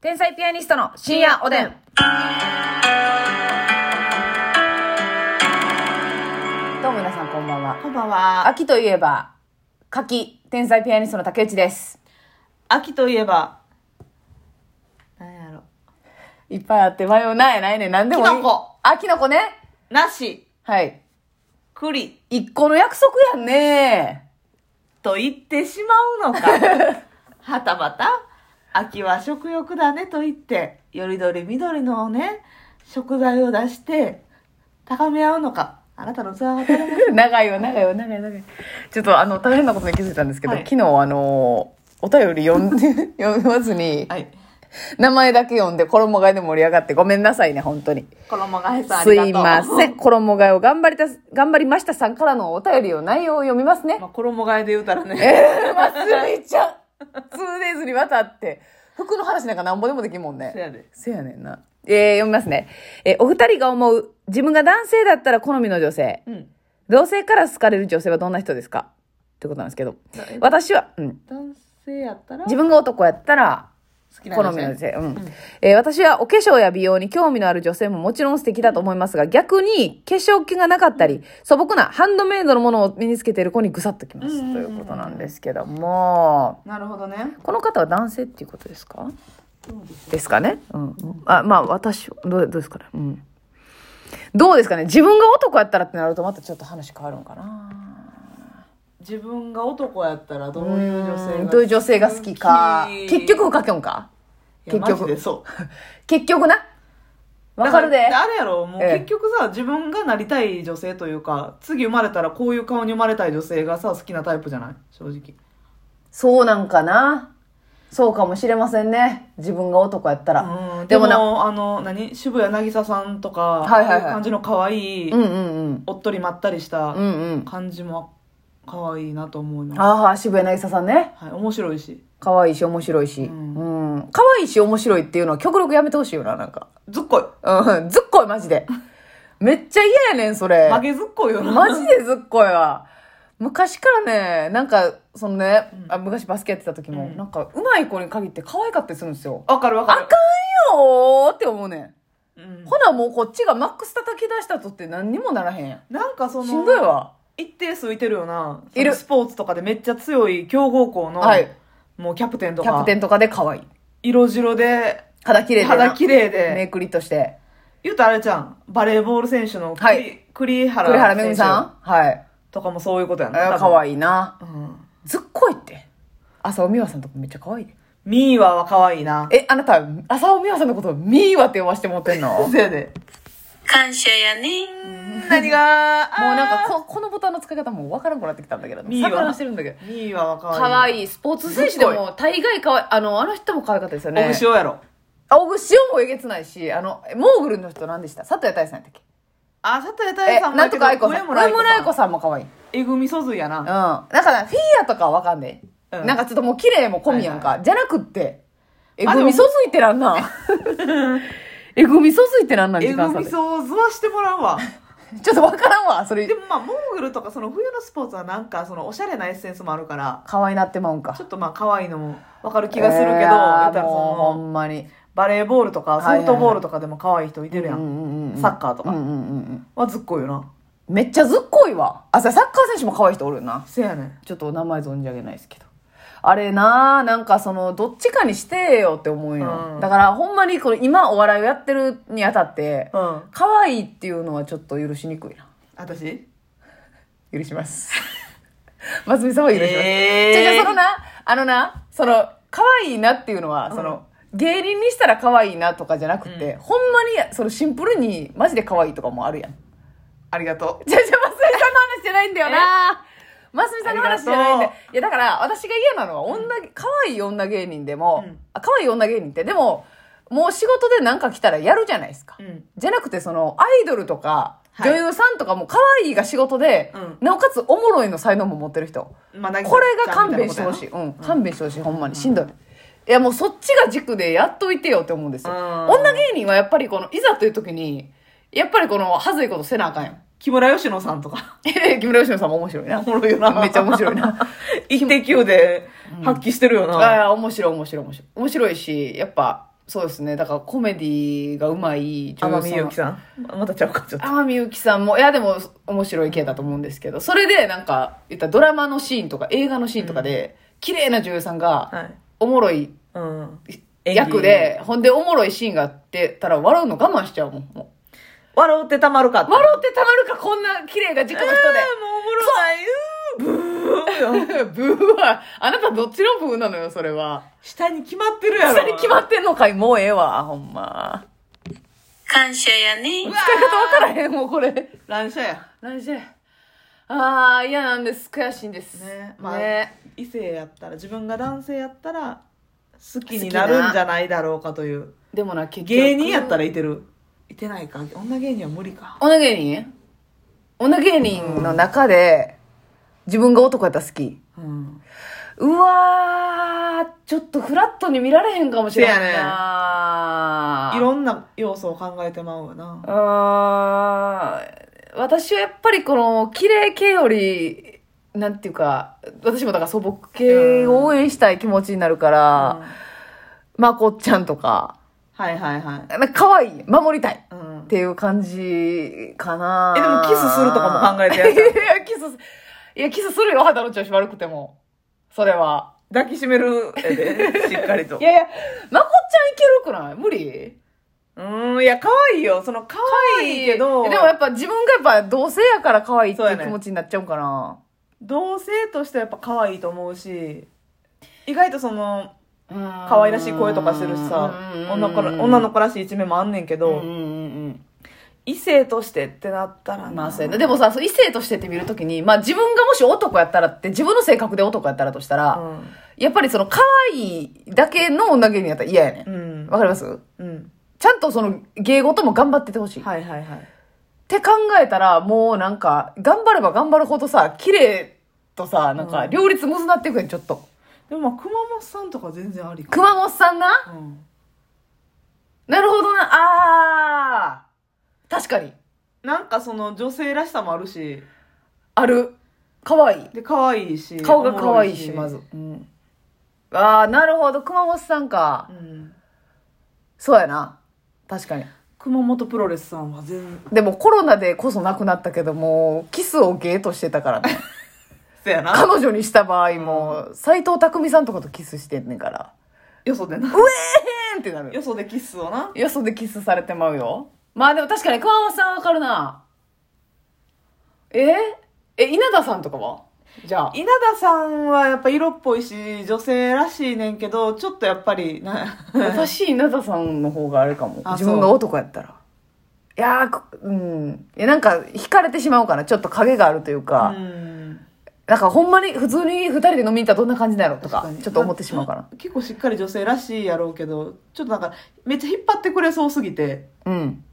天才ピアニストの深夜おでん。どうも皆さんこんばんは。こんばんは。秋といえば、柿、天才ピアニストの竹内です。秋といえば、何やろ。いっぱいあって迷うなんやないねん。なんでもいい。キノコ。あ、キノコね。梨、はい。栗一個の約束やんね。 と言ってしまうのか。はたまた、秋は食欲だねと言って、よりどり緑のね、食材を出して、高め合うのか。あなたの器が足 りない。長いよ、長いよ、長い、長い。ちょっとあの、大変なことに気づいたんですけど、はい昨日あの、お便り読んで、 読まずに、はい。名前だけ読んで衣替えで盛り上がってごめんなさいね、本当に。衣がえさんあすりがとう。いません。。衣替えを頑張りた、頑張りましたさんからのお便りを内容を読みますね。 まあ、衣替えで言うたらね。えー、まつみちゃん。2days にわたって。服の話なんかなんぼでもできんもんね。そうやでせやねんな。えー、読みますね。えーお二人が思う、自分が男性だったら好みの女性。うん。同性から好かれる女性はどんな人ですかってことなんですけど。私は、うん。男性やったら、自分が男やったら、好きな好み女性の女性。うん。えー私はお化粧や美容に興味のある女性ももちろん素敵だと思いますが、逆に化粧気がなかったり、素朴なハンドメイドのものを身につけている子にぐさっときます、うんうんうんということなんですけども、なるほどね。この方は男性っていうことですかそうですですかね。うん。あ、まあ私、どうどうですかね。うん。どうですかね自分が男やったらってなるとまたちょっと話変わるんかな。自分が男やったらどういう女性うがんどういう女性が好きか。結局い深きょんかや結局マジでそう結局な。わだからるで。あれやろもうええ結局さ、自分がなりたい女性というか次生まれたらこういう顔に生まれたい女性がさ好きなタイプじゃない正直そうなんかな。そうかもしれませんね。自分が男やったら。うんででももな、あの何渋谷渚さんとか、はいはいはいああう感じの可愛い、うんうんうん。おっとりまったりしたうんうん。感じも可愛いなと思います、ああ、渋谷渚さんね。はい、面白いし可愛いし面白いし。ううんん。可愛いし面白いっていうのは極力やめてほしいよな、なんか。ずっこいうん。ずっこい、マジで。めっちゃ嫌やねん、それ。曲げずっこいよなマジでずっこいわ。昔からね、なんか、そのね、あ昔バスケやってた時も、うんなんか、上手い子に限って可愛かったりするんですよ。わかるわあかかんるよーって思うねん。うんほなもうこっちがマックス叩き出したとって何にもならへんやん。なんかそのしんどいわ。一定数いてるよな。いるそのスポーツとかでめっちゃ強い強豪校の、はいもうキャプテンとキャかプ、テンとかで可愛い。色白で、肌綺麗でな。肌綺麗メで、イクリとして。言うとあれじゃん、バレーボール選手の栗,、はい栗原栗原めぐみさ選んはい。手とかもそういうことやあな。可い愛いな。ずっこいって。浅尾美和さんとかめっちゃ可愛いで。ミーワは可愛いな。え、あなた、浅尾美和さんのことをミーワって呼ばしてもって んのもうせやで。感謝やね何 が、もなんかこ、このボタンの使い方もうわからんくなってきたんだけど。ミーワ錯乱してるんだけど。ミーワは可愛い。可愛いスポーツ選手でずっも大概可愛い。あの、あの人も可愛かったですよね。お塩やろ。あ、オグシオもえげつないし、あの、モーグルの人何でした佐藤谷大さんやったっけあ、佐藤大え、さんもなやんけとどか愛子さん。上上村村愛愛子さ子ん。さんも可愛い。うん。えぐみそずやだな。から、フィギュアとかはわかんねえ。うんなんかちょっともう綺麗も込みやんか。はじゃなくって、えあでぐもみそついてらん なん。えぐみそついてらんなん、え時間ぐ差みで。ちそずはしてもらうわ。ょっとわからんわ、それで。もまあモーグルとかその冬のスポーツはなんかそのおしゃれなエッセンスもあるから可愛いなってまうんかち。ょっとまあ可愛いのもわかる気がするけど、言うえたーらそもうほのんまに。バレーボールとかはいはいソはいフトボールとかでも可愛い人いてるやん,、サッカカーとかうんうんうんうん。はずっこいよなめっちゃずっこいわ。あ、それサッカー選手も可愛い人おるよな。せやねんちょっとお名前存じ上げないですけど。あれなあなんかその、どっちかにしてよって思うよ。うんだから、ほんまにこの今お笑いをやってるにあたって、うん可愛いっていうのはちょっと許しにくいな。私許します。 松見さんは許します。えーじゃじゃそのな、あのな、その、可愛いなっていうのは、その、芸人にしたら可愛いなとかじゃなくて、ほんまに、そのシンプルに、マジで可愛いとかもあるやん。ありがとじゃじゃ、ますみさんの話じゃないんだよな。ますみさんの話じゃないんだよありがといや、だから、私が嫌なのは、女、可愛い女芸人でもうん、あ可愛い女芸人って、でも、もう仕事でなんか来たらやるじゃないですかう。うんじゃなくて、その、アイドルとか、はい女優さんとかも可愛いが仕事でうん、なおかつおもろいの才能も持ってる人。まあなぎさこれがちゃん勘みたい弁なこしとてやなほしい。うん。勘弁してほしい。ほんまに。しんどい。いや、もうそっちが軸でやっといてよって思うんですよ。うん女芸人はやっぱりこの、いざという時に、やっぱりこの、はずいことせなあかんやん。木村佳乃さんとか え木村佳乃さんも面白いな。おもろいよなめっちゃ面白い な。一滴球で発揮してるよあな、あ、面白い面白い面白い。面白いし、やっぱ、そうですね。だからコメディがうまい天海祐希ん。さんままたちゃうかちょっと天海祐希さんも、いやでも面白い系だと思うんですけど、それでなんか、言ったらドラマのシーンとか映画のシーンとかで、綺麗な女優さんが、はいおもろいうん役で、ほんでおもろいシーンがあってたら笑うの我慢しちゃうもん。も笑うてたまるかう笑ってたまるか、こんな綺麗が軸の人で。えーもうおもろない。うーブーよ。 ブーは、あなたどっちのブーなのよ、それは。下に決まってるやろ。下に決まってんのかい、もうええわ、ほんま。感謝やねうわ。使い方わからへん、もうこれ。乱射や。何してああ、嫌なんです。悔しいんです。ねね。まあね異性やったら、自分が男性やったら、好きになるんじゃないだろうかという。でもな、結局。芸人やったらいてる。いてないか。女芸人は無理か。女芸人女芸人の中で、自分が男やったら好き。うん。うわー、ちょっとフラットに見られへんかもしれんないな。いろんな要素を考えてまうわな。あー私はやっぱりこの綺麗系よりなんていうか私もだから素朴系を応援したい気持ちになるかうんら、まこっちゃんとかはいはいはい。なんか可愛い守りたいっうん。ていう感じかなえでもキスするとかも考えてやるいやキスいやキスするよ肌の調子悪くてもそれは 抱きしめるやで、しっかりと。いやいやまこっちゃんいけるくない無理うーん、いや、可愛いよ。その、可愛いけど、でもやっぱ自分がやっぱ同性やから可愛いってそういやうね気持ちになっちゃうんかな同性としてはやっぱ可愛いと思うし、意外とその、可可愛らしい声とかしてるしさ、女から女の子らしい一面もあんねんけ子ど、異性としてってなったらなまあそうやなでもさそう異性としてって見るときに、まあ、自分がもし男やったらって自分の性格で男やったらとしたうら、ん。やっぱりその可愛いだけの女芸人やったら嫌やねうんんわ、。かりますうん。ちゃんとその芸事も頑張っててほしい、っはいはいはい。て考えたらもうなんか頑張れば頑張るほどさ綺麗とさなんかうん両立むずなっていくねんちょっとでもまあ、熊本さんとか全然ありか。熊本さんなうん。なるほどなあー確かになんかその、女性らしさもあるし、ある可愛いで、可愛いし。顔が可愛いし、おもろまず。うん。ああ、なるほど。熊本さんかう。ん。そうやな。確かに。熊本プロレスさんは全然、でもコロナでこそなくなったけども、キスをゲーとしてたからね。せやな。彼女にした場合も、斎藤匠さんとかとキスしてんねんから。よそでな。えーんってなる。よそでキスをな。よそでキスされてまうよ。まあでも確かに熊本さんはわかるな。えーえ、稲田さんとかはじゃあ。稲田さんはやっぱ色っぽいし、女性らしいねんけど、ちょっとやっぱり、な、私、稲田さんの方があれかも。あ自分が男やったら。いやーこ、うん。いや、なんか、惹かれてしまうかな。ちょっと影があるといううか。ん。なんか、ほんまに、普通に二人で飲みに行ったらどんな感じなのとか確かにちょっと思ってしまうか結構しっかり女性らしいやろうけど、ちょっとなんか、めっちゃ引っ張ってくれそうすぎて、な。うん。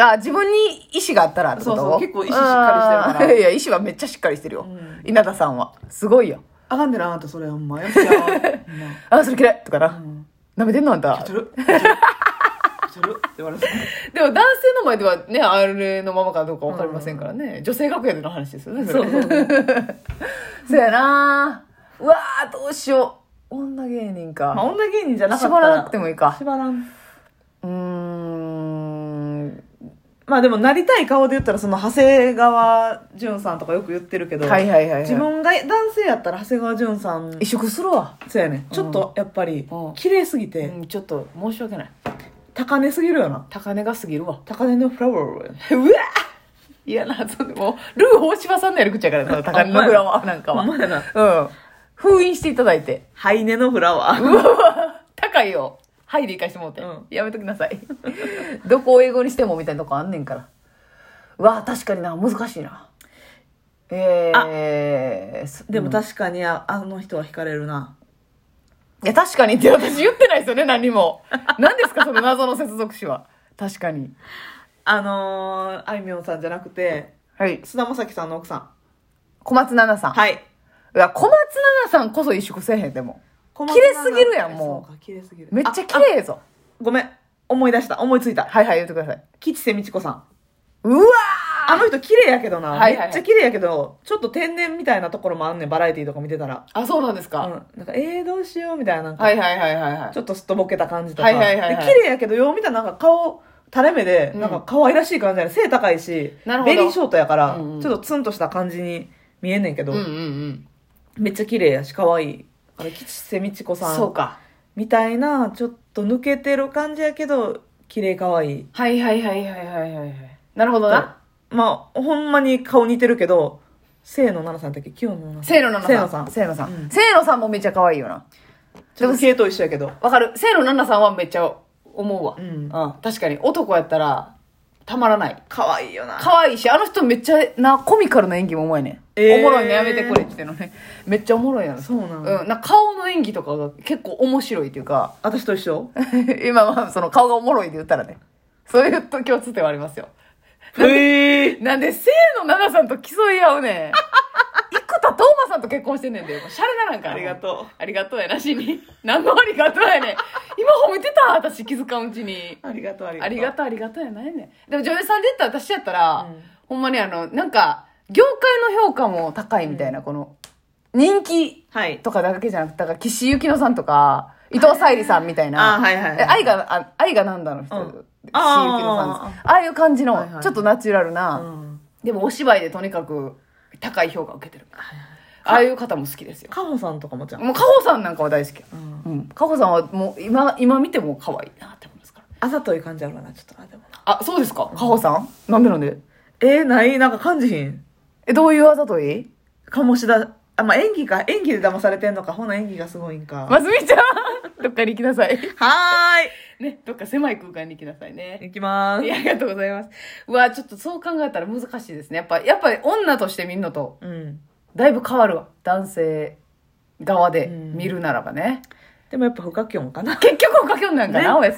あ、自分に意志があったらってことそうそう結構意志しっかりしてるからあーいや、意志はめっちゃしっかりしてるよ。う稲田さんは。すごいよ。あかんでな、あんたそれほんま。よっしゃ ー。ほんまあ、それ嫌いとかうな。ん。舐めてんのあんたち。ょる。ちょる。ちょるって言われて。 でも男性の前ではね、あれのままかどうかわかりませんからね。女性楽屋での話ですよね、それそうそうそう。 そうやなうわーどうしよう。女芸人まあ、か。女芸人じゃなかった縛ら。らなくてもいいか。縛らん。うーん。まあでも、なりたい顔で言ったら、その、長谷川淳さんとかよく言ってるけど、はいはいはい、はい。自分が男性やったら、長谷川淳さん萎縮するわ。そうやね。ちょっとやっぱりうん、綺麗すぎて、うん、ちょっと申し訳ない。高値すぎるよな。高値が過ぎるわ。高値のフラワーやね。 うわいやな、それもう、ルー大柴さんのやり口やからな、高値のフラワーなんかは。 ほんまやなうん。封印していただいて。ハイネのフラワー。うわ高いよ。はいで行かしてもうて。うんやめときなさい。 どこを英語にしてもみたいなとこあんねんから。うわ確かにな、難しいな。えー、そでもうん確かにああの人は惹かれるな。いや、確かにって私言ってないですよね、何も。 何ですか、その謎の接続詞は。確かに。あのー、あいみょんさんじゃなくて、はい。菅田将暉さんの奥さん。小松菜奈さん。はい。いや、小松菜奈さんこそ萎縮せえへん、でも。綺麗すぎるやんもうそうか、綺麗すぎる。めっちゃ綺あ。麗ぞ。あごめん。思い出した。思いついた。はいはい、言ってください。吉瀬美智子さん。うわあの人綺麗やけどな。はいはいはいめっちゃ綺麗やけど、ちょっと天然みたいなところもあんねん、バラエティとか見てたら。あ、そうなんですうか。ん。なんか、えー、どうしようみたいな、なんか、はいはいはいはいはいち。ょっとすっとぼけた感じとか。はいはいはいはいで綺麗やけど、よう見たらなんか顔、垂れ目で、うんなんか可愛らしい感じやね、背高いし、なるほどベリーショートやから、うんうんちょっとツンとした感じに見えんねんけど、うんうんうん。めっちゃ綺麗やし、可愛い。あれ、吉瀬美智子さん。そうか。みたいな、ちょっと抜けてる感じやけど、綺麗可愛い。はいはいはいはいはいはいはい。なるほどな。まあ、ほんまに顔似てるけど、清野奈々さんだっけ清野奈々さん。せいのななさん。清野ささん。ん。ちせいのさんもめっちゃ可愛いよな。でょっもと、系と一緒やけど。わかる。せいのななさんはめっちゃ思うわ。うん確かに、男やったら、たまらない。可愛いよな。可愛いし、あの人めっちゃな、コミカルな演技もうまいね。えーおもろいのやめてくれって言ってんのね。 めっちゃおもろいやん。そうなんうん。なんか顔の演技とかが結構面白いっていうか、 私と一緒今まあ、その顔がおもろいで言ったらね。そういうと共通点はありますよ。へえ。なんで、せいのななさんと競い合うねん。生田斗真さんと結婚してんねんで。もうシャレならんから。 ありがとう。ありがとうやなしに。何のありがとうやねん。今褒めてた私気づかんうちに。ありがとう、ありがとう。ありがとう、ありがとうやないねん。でも女優さんで言ったら私やったら、うんほんまにあの、なんか、業界の評価も高いみたいな、この、人気はい。とかだけじゃなくて、だから岸由紀乃さんとか、伊藤沙莉さんみたいな。あーはいはいはいえ愛が、あ愛がなんだの人。うん岸由紀乃さんです。ああいう感じの、はいはいちょっとナチュラルな、うん。でもお芝居でとにかく高い評価を受けてる。ああいう方も好きですよ。カホさんとかもじゃん。もう、カホさんなんかは大好き。うん。うん。カホさんはもう今、今見ても可愛いなって思いますから。あざとい感じあるな、ちょっとな、でもな。あ、そうですかカホさんなんでなんでえー、ないなんか感じひん。え、どういうあざとい醸しだ、あ、まあ、演技か。演技で騙されてんのか。ほな、演技がすごいんか。ますみちゃん どっかに行きなさい。はね、どっか狭い空間に行きなさいねー。い。いきまいーす。やありがとうございます。うわ、ちょっとそう考えたら難しいですね。やっぱ、やっぱり女として見るのと、うん。だいぶ変わるわ。男性側でうん見るならばね。でもやっぱ不可教かな。結局おかけ女なんかな、ねおやすみなさい